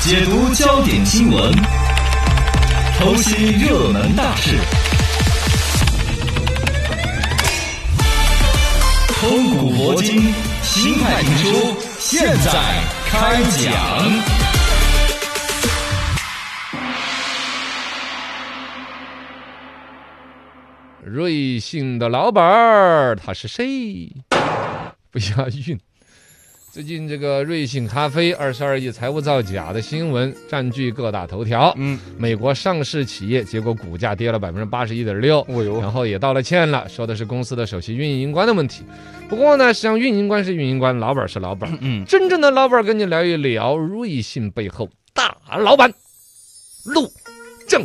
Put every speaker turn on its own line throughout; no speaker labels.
解读焦点新闻，剖析热门大事，通古博今，新派评书，现在开讲。
瑞幸的老板儿他是谁？ 不押韵。最近这个瑞幸咖啡二十二亿财务造假的新闻占据各大头条。
嗯，
美国上市企业结果股价跌了百分之八十一点六，
哦哟
然后也道了歉了，说的是公司的首席运营官的问题。不过呢，实际上运营官是运营官，老板是老板。
嗯，
真正的老板跟你聊一聊瑞幸背后大老板陆正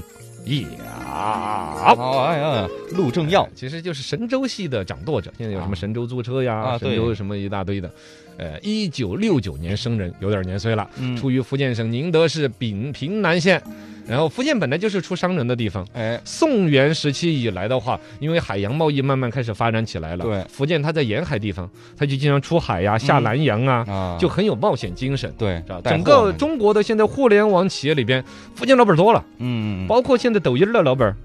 尧。
好，哎呀，陆正耀，
其实就是神州系的掌舵者。现在有什
啊
么神州租车呀，
啊对
神州什么一大堆的。呃，一九六九年生人，有点年岁了，
嗯，
出于福建省宁德市丙平南县。然后福建本来就是出商人的地方。
哎，
宋元时期以来的话，因为海洋贸易慢慢开始发展起来了，
对
福建它在沿海地方，它就经常出海呀、下南洋啊，
啊，
就很有冒险精神。
对
是吧，
带
整
货
个
嘛，
中国的现在互联网企业里边，福建老板多了，
嗯，嗯
包括现在抖音的老板儿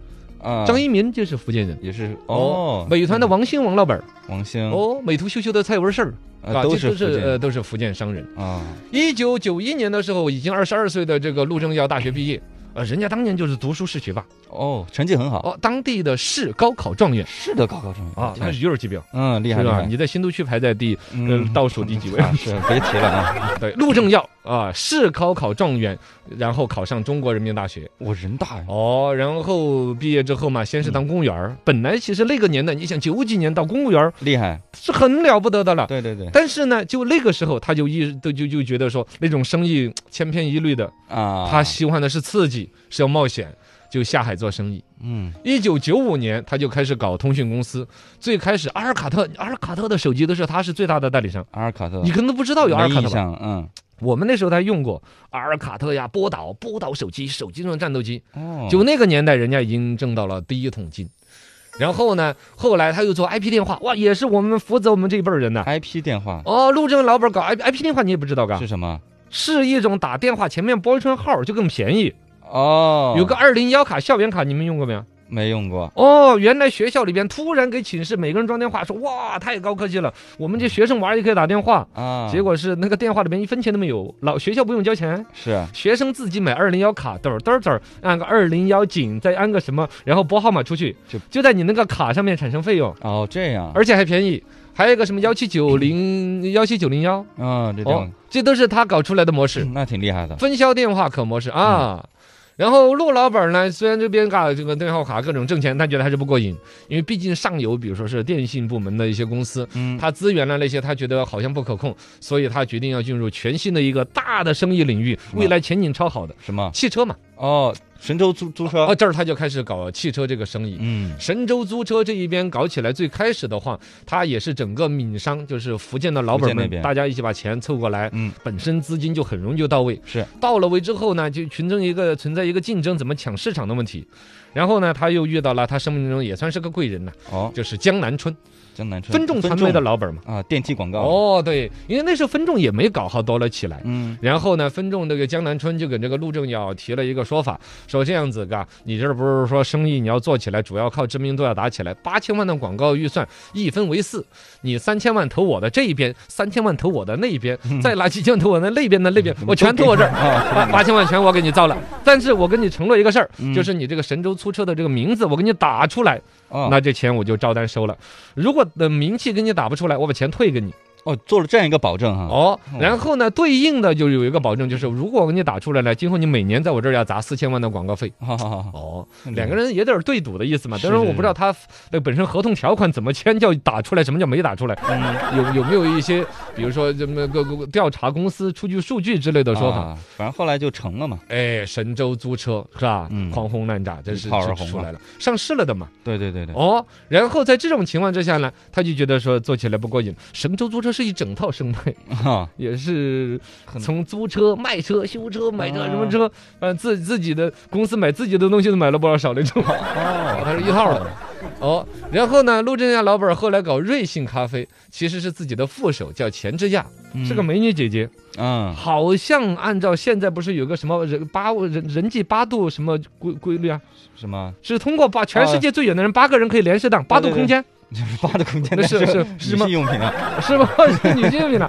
啊，
张一鸣就是福建人。
也是哦，
美团的王兴王老板儿，
王兴，
哦，美图秀秀的蔡文胜儿，
呃
吧
都
这
是
都
福
是
建
呃都是福建商人。
啊，
一九九一年的时候，已经二十二岁的这个陆正耀大学毕业，呃，人家当年就是读书是学霸，
哦，成绩很好，
哦，当地的市高考状元
是的，高考状元
啊，那
天
是有点级别，
嗯，哦厉害
是
厉
吧？
害，
你在新都区排在第呃
嗯
倒数第几位？
啊，是别提了啊，
对，陆正耀啊，市高考状元，然后考上中国人民大学，
我人大呀，
哦，然后毕业之后嘛，先是当公务员
嗯
儿，本来其实那个年代，你想九几年当公务员儿
厉害，
是很了不得的了。
对对对，
但是呢，就那个时候，他就一都就就觉得说那种生意千篇一律的，
啊，
他喜欢的是刺激，是要冒险，就下海做生意。
嗯，
一九九五年，他就开始搞通讯公司，最开始阿尔卡特，阿尔卡特的手机都是他是最大的代理商。
阿尔卡特，
你可能都不知道有阿尔
嗯没
卡
印
特吧？
象，嗯，
我们那时候还用过阿尔卡特呀、波导、波导手机、手机那种战斗机。
哦，
就那个年代，人家已经挣到了第一桶金。然后呢，后来他又做 IP 电话，哇，也是我们负责我们这一辈儿人呐。
IP 电话
哦，陆正老板搞 I IP 电话，你也不知道嘎？
是什么？
是一种打电话前面拨一串号就更便宜。
哦，
有个二零幺卡校园卡，你们用过没有？
没用过，
哦，原来学校里边突然给寝室每个人装电话，说哇太高科技了，我们这学生娃也可以打电话。
啊，
结果是那个电话里边一分钱都没有，老学校不用交钱，
是
学生自己买二零幺卡，嘚儿嘚儿嘚儿按个二零幺井，再按个什么，然后拨号码出去
就，
就在你那个卡上面产生费用，
哦这样，
而且还便宜。还有一个什么幺七九零幺七九零幺，
嗯，这
哦
种，
这都是他搞出来的模式。
那挺厉害的，
分销电话可模式
嗯
啊。然后陆老板呢，虽然这边嘎这个电话卡各种挣钱，他觉得还是不过瘾，因为毕竟上游，比如说是电信部门的一些公司，
嗯，
他资源呢那些他觉得好像不可控，所以他决定要进入全新的一个大的生意领域，
么
未来前景超好的
什么？
汽车嘛。
哦，神州租租车
哦，，这儿他就开始搞汽车这个生意。
嗯，
神州租车这一边搞起来，最开始的话，他也是整个闽商，就是福建的老
福
板
建那
们，
边
大家一起把钱凑过来，
嗯，
本身资金就很容易就到位。
是，
到了位之后呢，就群众一个存在一个竞争，怎么抢市场的问题。然后呢，他又遇到了他生命中也算是个贵人呐，
哦，
就是江南春
江南春
分众传媒的老板嘛。
啊，电梯广告，，
哦，对，因为那时候分众也没搞好多了起来。
嗯，
然后呢，分众这个江南春就给这个陆正耀提了一个说法，说这样子嘎，你这儿不是说生意你要做起来，主要靠知名度要打起来，八千万的广告预算一分为四，你三千万投我的这一边，三千万投我的那一边，
嗯
再拿几千万投我的那边的那边，我全投我这儿。
啊，
八八千万全我给你造了，但是我跟你承诺一个事儿，
嗯
就是你这个神州租车的这个名字，我给你打出来，
哦，
那这钱我就照单收了。如果的名气给你打不出来，我把钱退给你。
哦，做了这样一个保证哈，
哦
哦，
然后呢，对应的就有一个保证，就是如果我给你打出来了，今后你每年在我这儿要砸四千万的广告费。
好好好好，
哦，
那
两个人也得有对赌的意思嘛。
嗯是
当然
是
我不知道他那本身合同条款怎么签叫打出来，什么叫没打出来，
嗯
有有没有一些，比如说什么个个个调查公司出具数据之类的说法？
啊反正后来就成了嘛，
哎，神州租车是吧？
嗯
狂轰滥炸，真是
一炮而
出
红
出
嘛
来了，上市了的嘛。
对对对对，
哦，然后在这种情况之下呢，他就觉得说做起来不过瘾。神州租车是一整套生态，
啊，
也是
很
从租车、卖车、修车、买车
啊
什么车，嗯、自自己的公司买自己的东西都买了不少少那种，
哦，
它是一套的。 哦，然后呢，陆正亚老板后来搞瑞幸咖啡，其实是自己的副手叫钱之亚，是个美女姐姐，
嗯
好像按照现在不是有个什么人八人人际八度什么规规律啊？
什 么
是通过八全世界最远的人八个人可以连适当八度空间，
八的空间
那是是是
女
吗
性用品 啊，
是吧？是女性品了，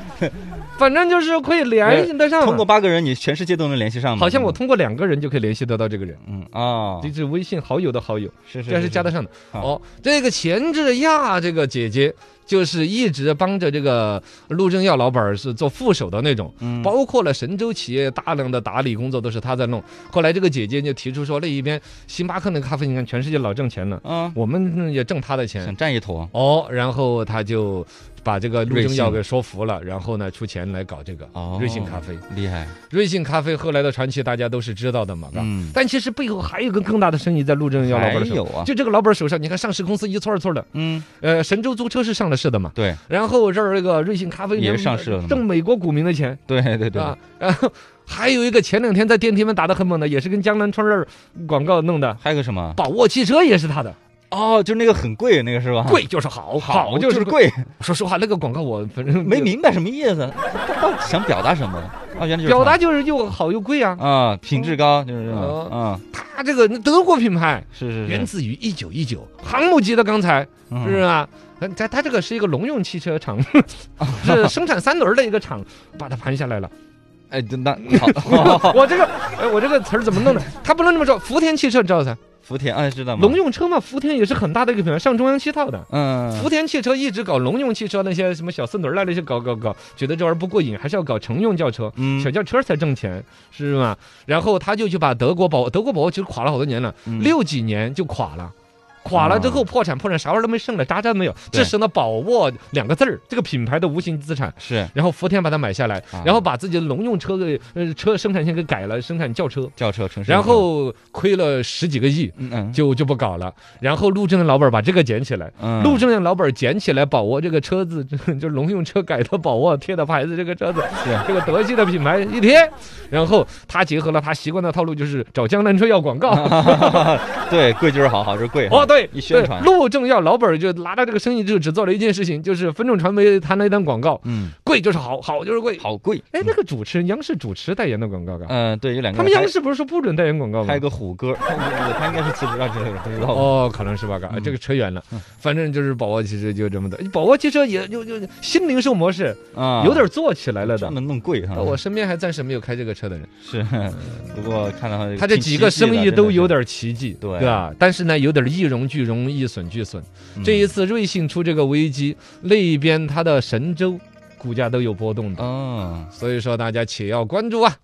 反正就是可以联系得上
通过
嘛。
八个人，你全世界都能联系上吗？
嗯好像我通过两个人就可以联系得到这个人，
嗯啊
这，是微信好友的好友。
是是
这还是加得上的。
啊
哦，这个钱志亚这个姐姐，就是一直帮着这个陆正耀老板儿是做副手的那种，
嗯
包括了神州企业大量的打理工作都是他在弄。后来这个姐姐就提出说，那一边星巴克那个咖啡，你看全世界老挣钱了，
啊，
我们也挣他的钱
想。占一坨，
哦，然后他就把这个陆
瑞
正耀
幸
给说服了，然后呢出钱来搞这个
哦
瑞幸咖啡。
厉害，
瑞幸咖啡后来的传奇大家都是知道的嘛，是吧？
嗯，
但其实背后还有一个更大的生意在陆正耀老
还
板手上。
有啊，
就这个老板手上，你看上市公司一撮儿一撮儿的，
嗯，
呃，神州租车是上了市的嘛，
对
然后这儿那个瑞幸咖啡
也
连
上市了嘛
挣美国股民的钱
对对对，
啊，然后还有一个前两天在电梯门打得很猛的，也是跟江南川这儿广告弄的，
还有个什么？
宝沃汽车也是他的，
哦，就是那个很贵那个是吧？
贵就是好，好
啊就
就是是。
贵，
说实话，那个广告我反正
没明白什么意思， 他到底想表达什么？啊，原来就是
表达就是又好又贵啊，
啊，品质高就是这种，
哦
嗯，
它这个德国品牌。
是是
源
是，
自于一九一九航母级的钢材，
嗯
是吧？呃它它这个是一个农用汽车厂，
哦
是生产三轮儿的一个厂，把它盘下来了。
哎，那 好，哦好
我这个，哎，我这个词儿怎么弄的？他不能这么说。福田汽车你知道噻，
福田，哎，知道吗？
农用车嘛，福田也是很大的一个品牌，上中央七套的。
嗯
福，田汽车一直搞农用汽车，那些什么小四轮儿啊那些搞搞搞，觉得这玩意儿不过瘾，还是要搞乘用轿车。
嗯
小轿车才挣钱，是吗？然后他就去把德国宝德国宝沃其实垮了好多年了，
嗯哦
六几年就垮了，垮了之后破产破产，啥玩意儿都没剩了，渣渣没有，
对
只剩了宝沃两个字儿，这个品牌的无形资产。
是
然后福田把它买下来
啊，
然后把自己的农用车给呃车生产线给改了，生产轿车，
轿车城市，
然后亏了十几个亿，
嗯嗯
就就不搞了。然后陆正老板把这个捡起来。
嗯，
陆正的老板捡起来宝沃这个车子， 就是农用车改的宝沃贴的牌子，这个车子
是，
这个德系的品牌一贴，然后他结合了他习惯的套路，就是找江南车要广告。
啊对贵就是好，好就是贵
哦，对，
一宣
对
传
陆正耀老板就拿到这个生意之后，只做了一件事情，就是分众传媒谈了一单广告，
嗯，
贵就是好，好就是贵。
好贵，
哎，那个主持人央视主持代言的广告啊，
嗯，对，有两个，
他们央视不是说不准代言广告吗
还有？个虎哥， 他应该是辞职了，这个不知道，
哦，可能是吧，
嗯
嘎，这个扯远了。反正就是宝沃汽车就这么的，宝沃汽车也就就新零售模式
啊，
有点做起来了的
专。门弄贵哈
但，我身边还暂时没有开这个车的人，
是，不过看到
他这几个生意都有，点奇迹，
对啊
吧？但是呢，有点一荣俱荣，一损俱损。
挺奇迹的真的是
这一次瑞幸出这个危机，另一边它的神州股价都有波动
嗯
的，
哦。
所以说大家且要关注啊。